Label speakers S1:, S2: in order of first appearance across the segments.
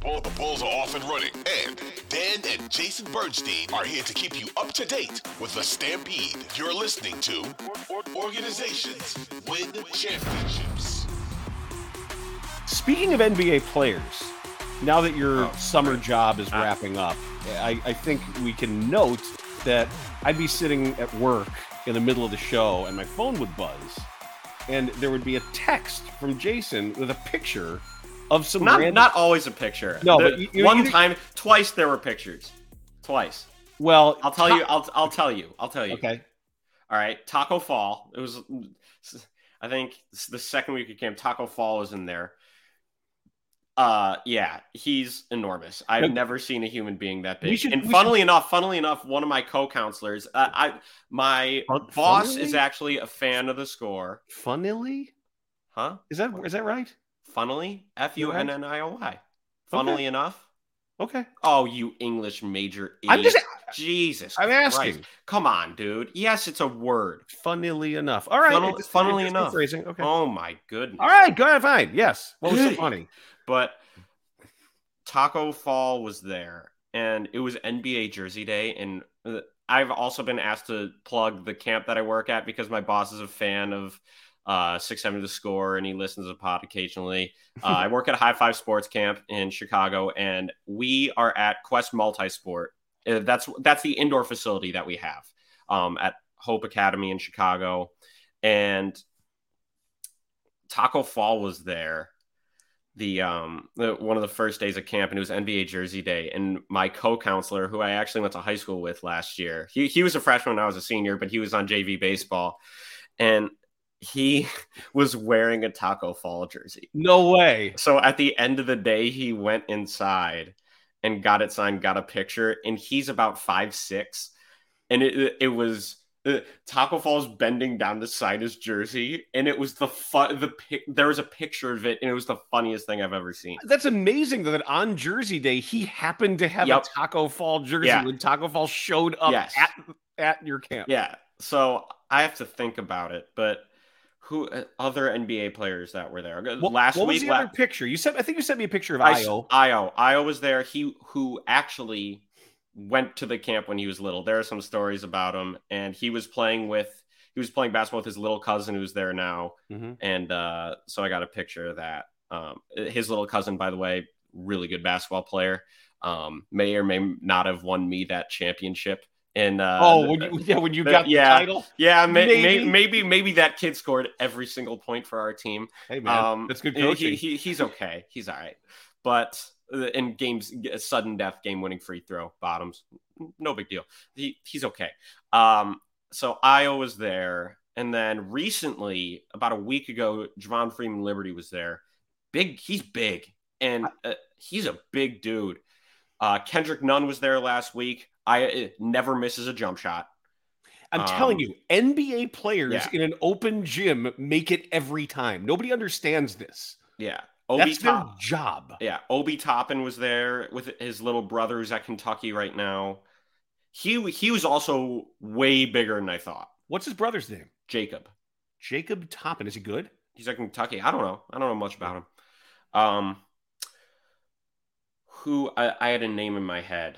S1: Bull- the Bulls are off and running. And Dan and Jason Bernstein are here to keep you up to date with the Stampede. You're listening to or- or- Organizations Win Championships.
S2: Speaking of NBA players, now that your
S3: Oh,
S2: summer job is
S3: Ah.
S2: wrapping up, I, I think we can note that I'd be sitting at work in the middle of the show and my phone would buzz, and there would be a text from Jason with a picture of some
S3: Not
S2: random-
S3: not always a picture.
S2: No,
S3: The-
S2: but you- you-
S3: one
S2: you-
S3: time, twice there were pictures. Twice.
S2: well.
S3: I'll tell
S2: Ta-
S3: you. I'll I'll tell you. I'll tell you.
S2: Okay,
S3: All right. Taco Fall. It was. I think s- the second week of camp, Taco Fall was in there. Uh, yeah, he's enormous. I've
S2: Look-
S3: never seen a human being that
S2: We
S3: big.
S2: should-
S3: and
S2: we should-
S3: funnily enough, funnily enough, one of my co-counselors, uh, I my
S2: Fun-
S3: boss is
S2: funnily?
S3: actually a fan of the score.
S2: funnily,
S3: Huh?
S2: is that is that right?
S3: Funnily, F U N N I O Y. Funnily enough.
S2: Okay,
S3: Oh, you English major idiot.
S2: I'm just
S3: Jesus.
S2: I'm
S3: Christ.
S2: asking.
S3: Come on, dude. Yes, it's a word.
S2: funnily enough. All right,
S3: Funnel-
S2: it's- it's
S3: funnily
S2: just
S3: enough.
S2: rephrasing. Okay.
S3: Oh my goodness.
S2: All right, go ahead. Fine. Yes. What was so
S3: Hey.
S2: funny?
S3: But Taco Fall was there and it was NBA jersey day and uh, I've also been asked to plug the camp that I work at because my boss is a fan of uh 670 the score and he listens to the pod occasionally. Uh, I work at a High Five Sports Camp in Chicago and we are at Quest Multisport Uh, that's that's the indoor facility that we have um, at Hope Academy in Chicago, and Taco Fall was there. The um the, one of the first days of camp, and it was NBA Jersey Day. And my co-counselor, who I actually went to high school with last year, he he was a freshman, I was a senior, but he was on JV baseball, and he was wearing a Taco Fall jersey.
S2: No way.
S3: So at the end of the day, he went inside and got it signed, got a picture, and he's about five six, and it it was uh, Taco Fall's bending down to sign his jersey, and it was the fun the pic- there was a picture of it, and it was the funniest thing I've ever seen.
S2: That's amazing though, that on Jersey Day he happened to have
S3: Yep.
S2: a Taco Fall jersey
S3: Yeah.
S2: when Taco Fall showed up
S3: Yes.
S2: at, at your camp.
S3: Yeah, so I have to think about it, but who uh, other NBA players that were there
S2: What,
S3: last
S2: what
S3: week?
S2: was the
S3: la-
S2: other picture? You sent I think you sent me a picture of
S3: I-
S2: Io.
S3: Io. Io was there. He who actually went to the camp when he was little. There are some stories about him, and he was playing with he was playing basketball with his little cousin who's there now,
S2: Mhm.
S3: and uh, so I got a picture of that. Um, his little cousin, by the way, really good basketball player. Um, may or may not have won me that championship. And uh,
S2: oh, when you, yeah, when you
S3: the-
S2: got the
S3: yeah.
S2: title.
S3: yeah, may, maybe.
S2: Maybe.
S3: May, maybe maybe that kid scored every single point for our team.
S2: Hey man, that's good coaching.
S3: Um, He, he, he's okay. He's all right. But uh, in games, a sudden death, game winning free throw, bottoms, no big deal. He, he's okay. Um, so Io was there. And then recently, about a week ago, Javon Freeman Liberty was there. Big, he's big. And uh, he's a big dude. Uh, Kendrick Nunn was there last week. I it never misses a jump shot.
S2: I'm
S3: um,
S2: telling you, NBA players
S3: yeah.
S2: in an open gym make it every time. Nobody understands this.
S3: Yeah. Obi
S2: that's their
S3: Top-
S2: job.
S3: Yeah, Obi Toppin was there with his little brother who's at Kentucky right now. He he was also way bigger than I thought.
S2: What's his brother's name?
S3: Jacob.
S2: Jacob Toppin. Is he good?
S3: He's at Kentucky. I don't know. I don't know much about him. Um who I, I had a name in my head.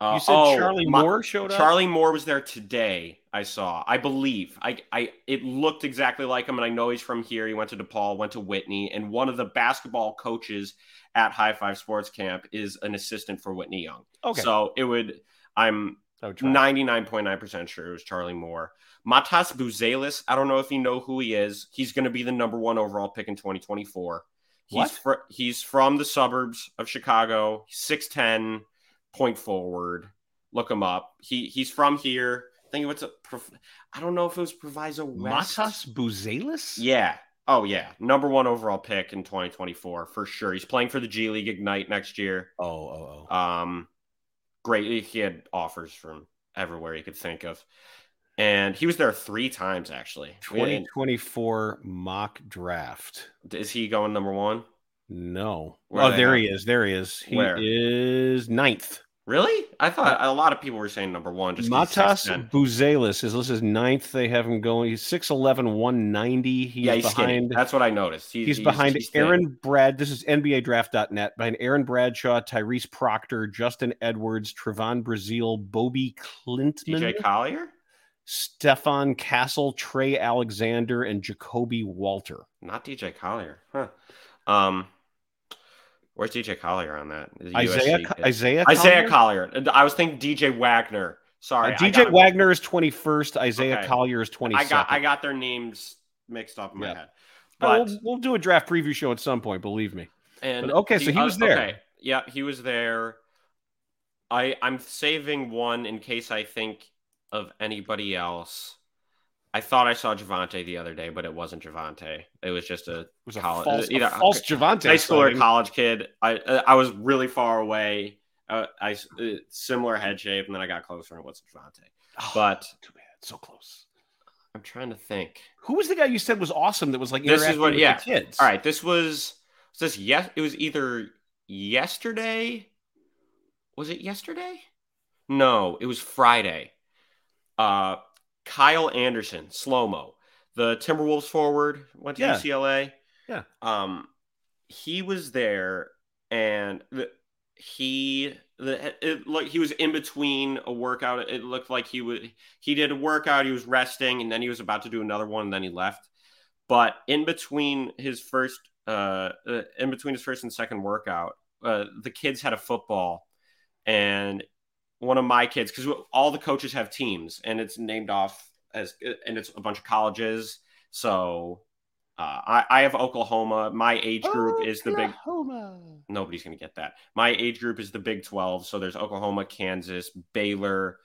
S3: Uh,
S2: you said
S3: oh,
S2: Charlie
S3: my-
S2: Moore showed up.
S3: Charlie Moore was there today. I saw. I believe. I. I. It looked exactly like him, and I know he's from here. He went to DePaul, went to Whitney, and one of the basketball coaches at High Five Sports Camp is an assistant for Whitney Young.
S2: Okay. Oh,
S3: So it would. I'm
S2: That would try.
S3: ninety nine point nine percent sure it was Charlie Moore. Matas Buzelis. I don't know if you know who he is. He's going to be the number one overall pick in twenty twenty four.
S2: What?
S3: He's fr- he's from the suburbs of Chicago. Six ten, point forward. Look him up. He he's from here. I think it's a. Prof- I don't know if it was Proviso West.
S2: Matas Buzelis?
S3: Yeah. Oh yeah. Number one overall pick in twenty twenty four for sure. He's playing for the G League Ignite next year.
S2: Oh, oh, oh.
S3: Um, great. He had offers from everywhere he could think of, and he was there three times actually. And
S2: 2024 mock draft.
S3: Is he going number one?
S2: No.
S3: Where
S2: oh,
S3: they
S2: there
S3: at?
S2: he is. There he is. He
S3: Where?
S2: is ninth.
S3: Really? I thought a lot of people were saying number one. Just 'cause he's
S2: Matas
S3: 6'10".
S2: Buzelis is listed as ninth. They have him going. He's 6'11, 190. He's
S3: yeah, he's skinny.
S2: behind.
S3: That's what I noticed. He-
S2: He's, behind
S3: thin.
S2: Aaron Brad. This is NBA Draft.net. Behind Aaron Bradshaw, Tyrese Proctor, Justin Edwards, Trevon Brazil, Bobby Clintman,
S3: DJ Collier.
S2: Stefan Castle, Trey Alexander, and Jacoby Walter.
S3: Not DJ Collier. Huh. Um, where's DJ Collier on that? Is he
S2: Isaiah,
S3: USC kid?
S2: Isaiah, Collier?
S3: Isaiah Collier. And I was thinking DJ Wagner. Sorry,
S2: Uh,
S3: I
S2: DJ
S3: got-
S2: Wagner is 21st. Isaiah
S3: Okay.
S2: Collier is 22nd.
S3: I got I got their names mixed up in my
S2: Yeah. Uh,
S3: head. But
S2: we'll, we'll do a draft preview show at some point, believe me.
S3: and
S2: but okay, so
S3: the
S2: he
S3: oth-
S2: was there.
S3: Yeah, he was there. I I'm saving one in case I think of anybody else. I thought I saw Javante the other day, but it wasn't Javante. It was just a
S2: It was a
S3: Colli-
S2: false, a
S3: either-
S2: false Javante.
S3: high school or
S2: signing.
S3: college kid. I uh, I was really far away. Uh, I s- uh, similar head shape, and then I got closer and it wasn't Javante.
S2: Oh,
S3: But
S2: too bad. So close.
S3: I'm trying to think.
S2: Who was the guy you said was awesome that was like
S3: This is
S2: interacting
S3: what-
S2: with
S3: yeah.
S2: the kids?
S3: All right, this was was this yes? It was either yesterday. Was it yesterday? No, it was Friday. Uh, Kyle Anderson, slow mo, the Timberwolves forward went to
S2: Yeah.
S3: UCLA.
S2: Yeah.
S3: Um, he was there, and the, he the it, like he was in between a workout. It looked like he would he did a workout. He was resting, and then he was about to do another one, and then he left but in between his first uh, uh, in between his first and second workout uh, the kids had a football and one of my kids because all the coaches have teams and it's named off as and it's a bunch of colleges so uh, I, I have oklahoma my age
S2: Oh,
S3: group is the big Oh,
S2: Oklahoma.
S3: nobody's going to get that my age group is the big 12 so there's oklahoma kansas baylor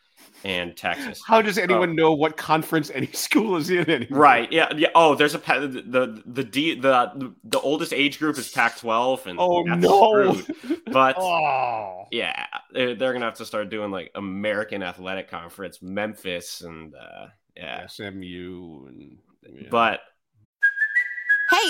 S3: and texas
S2: How does anyone know what conference any school is in anymore?
S3: oh. Right. Yeah. Yeah. Oh, there's a pa- the the the D, the the oldest age group is Pac-12, and
S2: Oh
S3: that's
S2: no.
S3: screwed. But
S2: oh.
S3: yeah, they're, they're gonna have to start doing like American Athletic Conference, Memphis, and uh, yeah.
S2: SMU and yeah.
S3: But
S4: Hey,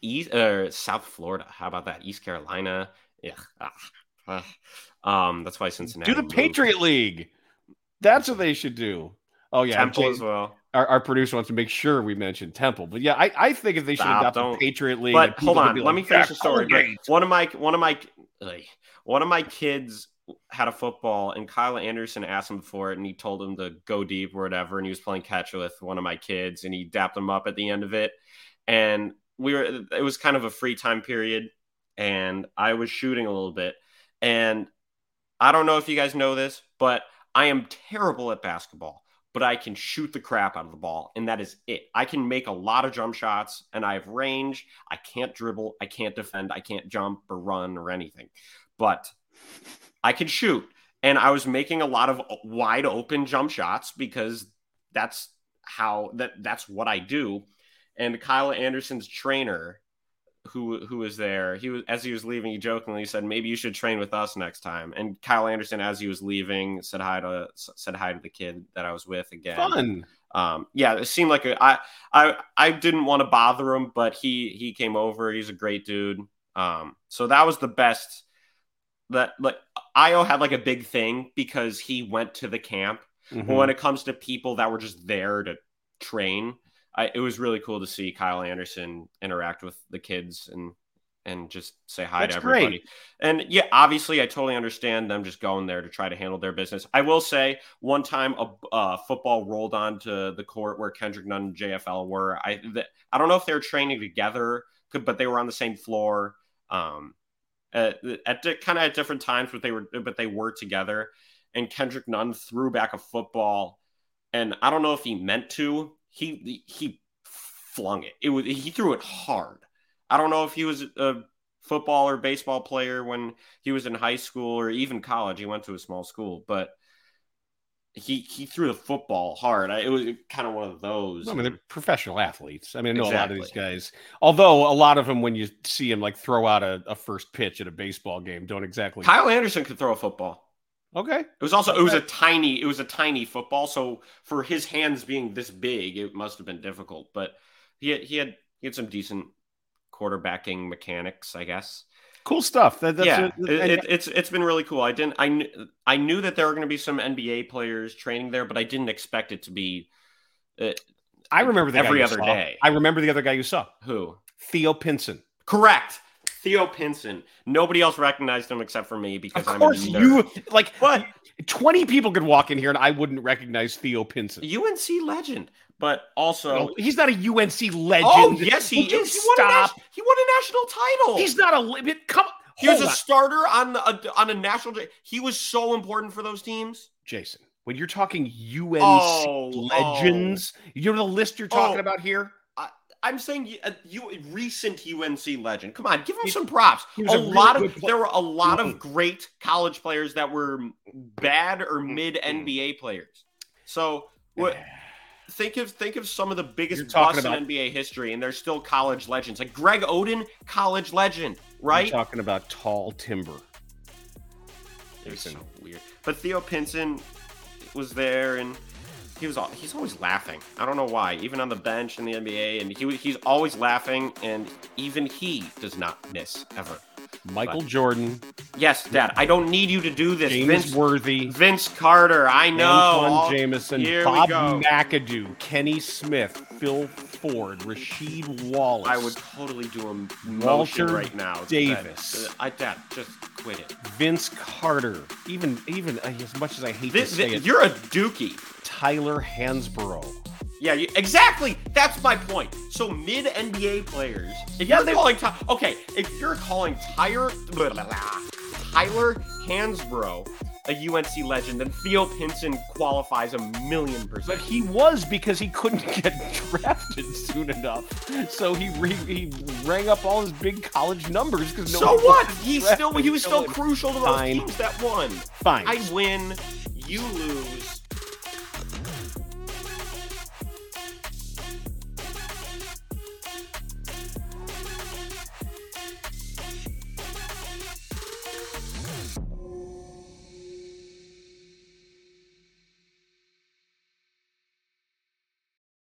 S3: East or South Florida, how about that? East Carolina. Yeah. Ah, ah. Um. That's why Cincinnati.
S2: do the
S3: moved.
S2: Patriot League. That's what they should do. Oh yeah,
S3: Temple
S2: Jay-
S3: as well.
S2: our, our producer wants to make sure we mention Temple, but yeah, I, I think if they should
S3: Stop,
S2: adopt the
S3: don't.
S2: Patriot League,
S3: But
S2: that people
S3: hold
S2: could
S3: on,
S2: be
S3: let
S2: like,
S3: me finish
S2: "Yeah,
S3: the story. but
S2: Colgate."
S3: One of my one of my ugh, one of my kids had a football, and Kyle Anderson asked him for it, and he told him to go deep or whatever. And he was playing catch with one of my kids, and he dapped him up at the end of it. And we were it was kind of a free time period, and I was shooting a little bit, and I don't know if you guys know this, but I am terrible at basketball, but I can shoot the crap out of the ball, and that is it. I can make a lot of jump shots, and I have range. I can't dribble, I can't defend, I can't jump or run or anything, but I can shoot. And I was making a lot of wide open jump shots because that's how that that's what I do. And Kyle Anderson's trainer, who who was there, he was as he was leaving, he jokingly said, "Maybe you should train with us next time." And Kyle Anderson, as he was leaving, said hi to said hi to the kid that I was with again
S2: fun.
S3: um yeah it seemed like a, I, I i didn't want to bother him but he he came over he's a great dude um so that was the best that like io had like a big thing because he went to the camp
S2: Mm-hmm.
S3: But when it comes to people that were just there to train I, it was really cool to see kyle anderson interact with the kids and and just say hi
S2: That's
S3: to
S2: great.
S3: everybody and yeah, obviously, I totally understand them just going there to try to handle their business. I will say, one time a uh, football rolled onto the court where Kendrick Nunn and JFL were. I th- I don't know if they were training together, could- but they were on the same floor. Um, at, at kind of at different times, but they were but they were together. And Kendrick Nunn threw back a football, and I don't know if he meant to. He he flung it. It was he threw it hard. I don't know if he was a football or baseball player when he was in high school or even college. He went to a small school, but he he threw the football hard. I, it was kind of one of those.
S2: I mean, they're professional athletes. I mean, I know a lot of these
S3: Exactly.
S2: guys, although a lot of them, when you see them like throw out a, a first pitch at a baseball game, don't exactly.
S3: Kyle Anderson could throw a football.
S2: Okay.
S3: It was also it was a tiny it was a tiny football, so for his hands being this big, it must have been difficult. But he had, he had he had some decent quarterbacking mechanics, I guess.
S2: Cool stuff. That, that's
S3: yeah,
S2: a-
S3: it,
S2: and-
S3: it, it's it's been really cool. I didn't I knew I knew that there were going to be some NBA players training there, but I didn't expect it to be uh,
S2: I remember the guy
S3: every
S2: you
S3: other
S2: saw.
S3: day.
S2: I remember the other guy you saw,
S3: who
S2: Theo Pinson.
S3: correct Theo Pinson. Nobody else recognized him except for me because
S2: Of
S3: I'm
S2: course,
S3: a nerd.
S2: you like
S3: But-
S2: twenty people could walk in here and I wouldn't recognize Theo Pinson.
S3: UNC legend, but also
S2: No, he's not a UNC legend.
S3: Oh yes, he
S2: Would you
S3: is. He won, a
S2: Stop.
S3: nas- he won a national title.
S2: He's not a limit. Come.
S3: he was
S2: hold
S3: a
S2: on.
S3: starter on the, a, on a national. day. He was so important for those teams.
S2: Jason. When you're talking UNC
S3: Oh,
S2: legends, you know the list you're talking
S3: Oh.
S2: about here.
S3: I'm saying you, uh, you recent UNC legend. Come on, give him some props.
S2: he was
S3: a
S2: a really
S3: lot
S2: good
S3: of
S2: pla-
S3: there were a lot
S2: Mm-mm.
S3: of great college players that were bad or mid NBA players. So what? Think of think of some of the biggest
S2: You're talking
S3: busts
S2: about-
S3: in NBA history, and they're still college legends. Like Greg Oden, college legend,
S2: You're
S3: right?
S2: talking about tall timber.
S3: It's
S2: Jason.
S3: so weird. But Theo Pinson was there, and he was al- he's always laughing. I don't know why, even on the bench in the NBA, and he wa- he's always laughing, and even he does not miss ever.
S2: Michael Jordan,
S3: Yes, Dad, I don't need you to do this,
S2: James
S3: Vince.
S2: Worthy,
S3: Vince Carter, I know. all-
S2: Antoine Jameson,
S3: Here
S2: Bob
S3: we go.
S2: McAdoo, Kenny Smith, Phil Ford, Rashid Wallace.
S3: I would totally do a motion
S2: Walter
S3: right now. to that.
S2: Davis.
S3: Uh, I, Dad, just quit it.
S2: Vince Carter, even even uh, as much as I hate
S3: This,
S2: to say
S3: this,
S2: it,
S3: you're a dookie.
S2: Tyler Hansborough.
S3: Yeah, you, exactly. That's my point. So mid NBA players, if you're calling Ty- okay, if you're calling Tyler blah, blah, blah, Tyler Hansbrough a UNC legend, then Theo Pinson qualifies a million
S2: But
S3: percent.
S2: he was because he couldn't get drafted soon enough. So he re- he rang up all his big college numbers because no
S3: so
S2: one
S3: what?
S2: was
S3: He's
S2: drafted
S3: still he was
S2: until
S3: still
S2: him.
S3: crucial to those
S2: Fine.
S3: teams that won.
S2: fine.
S3: I win, you lose.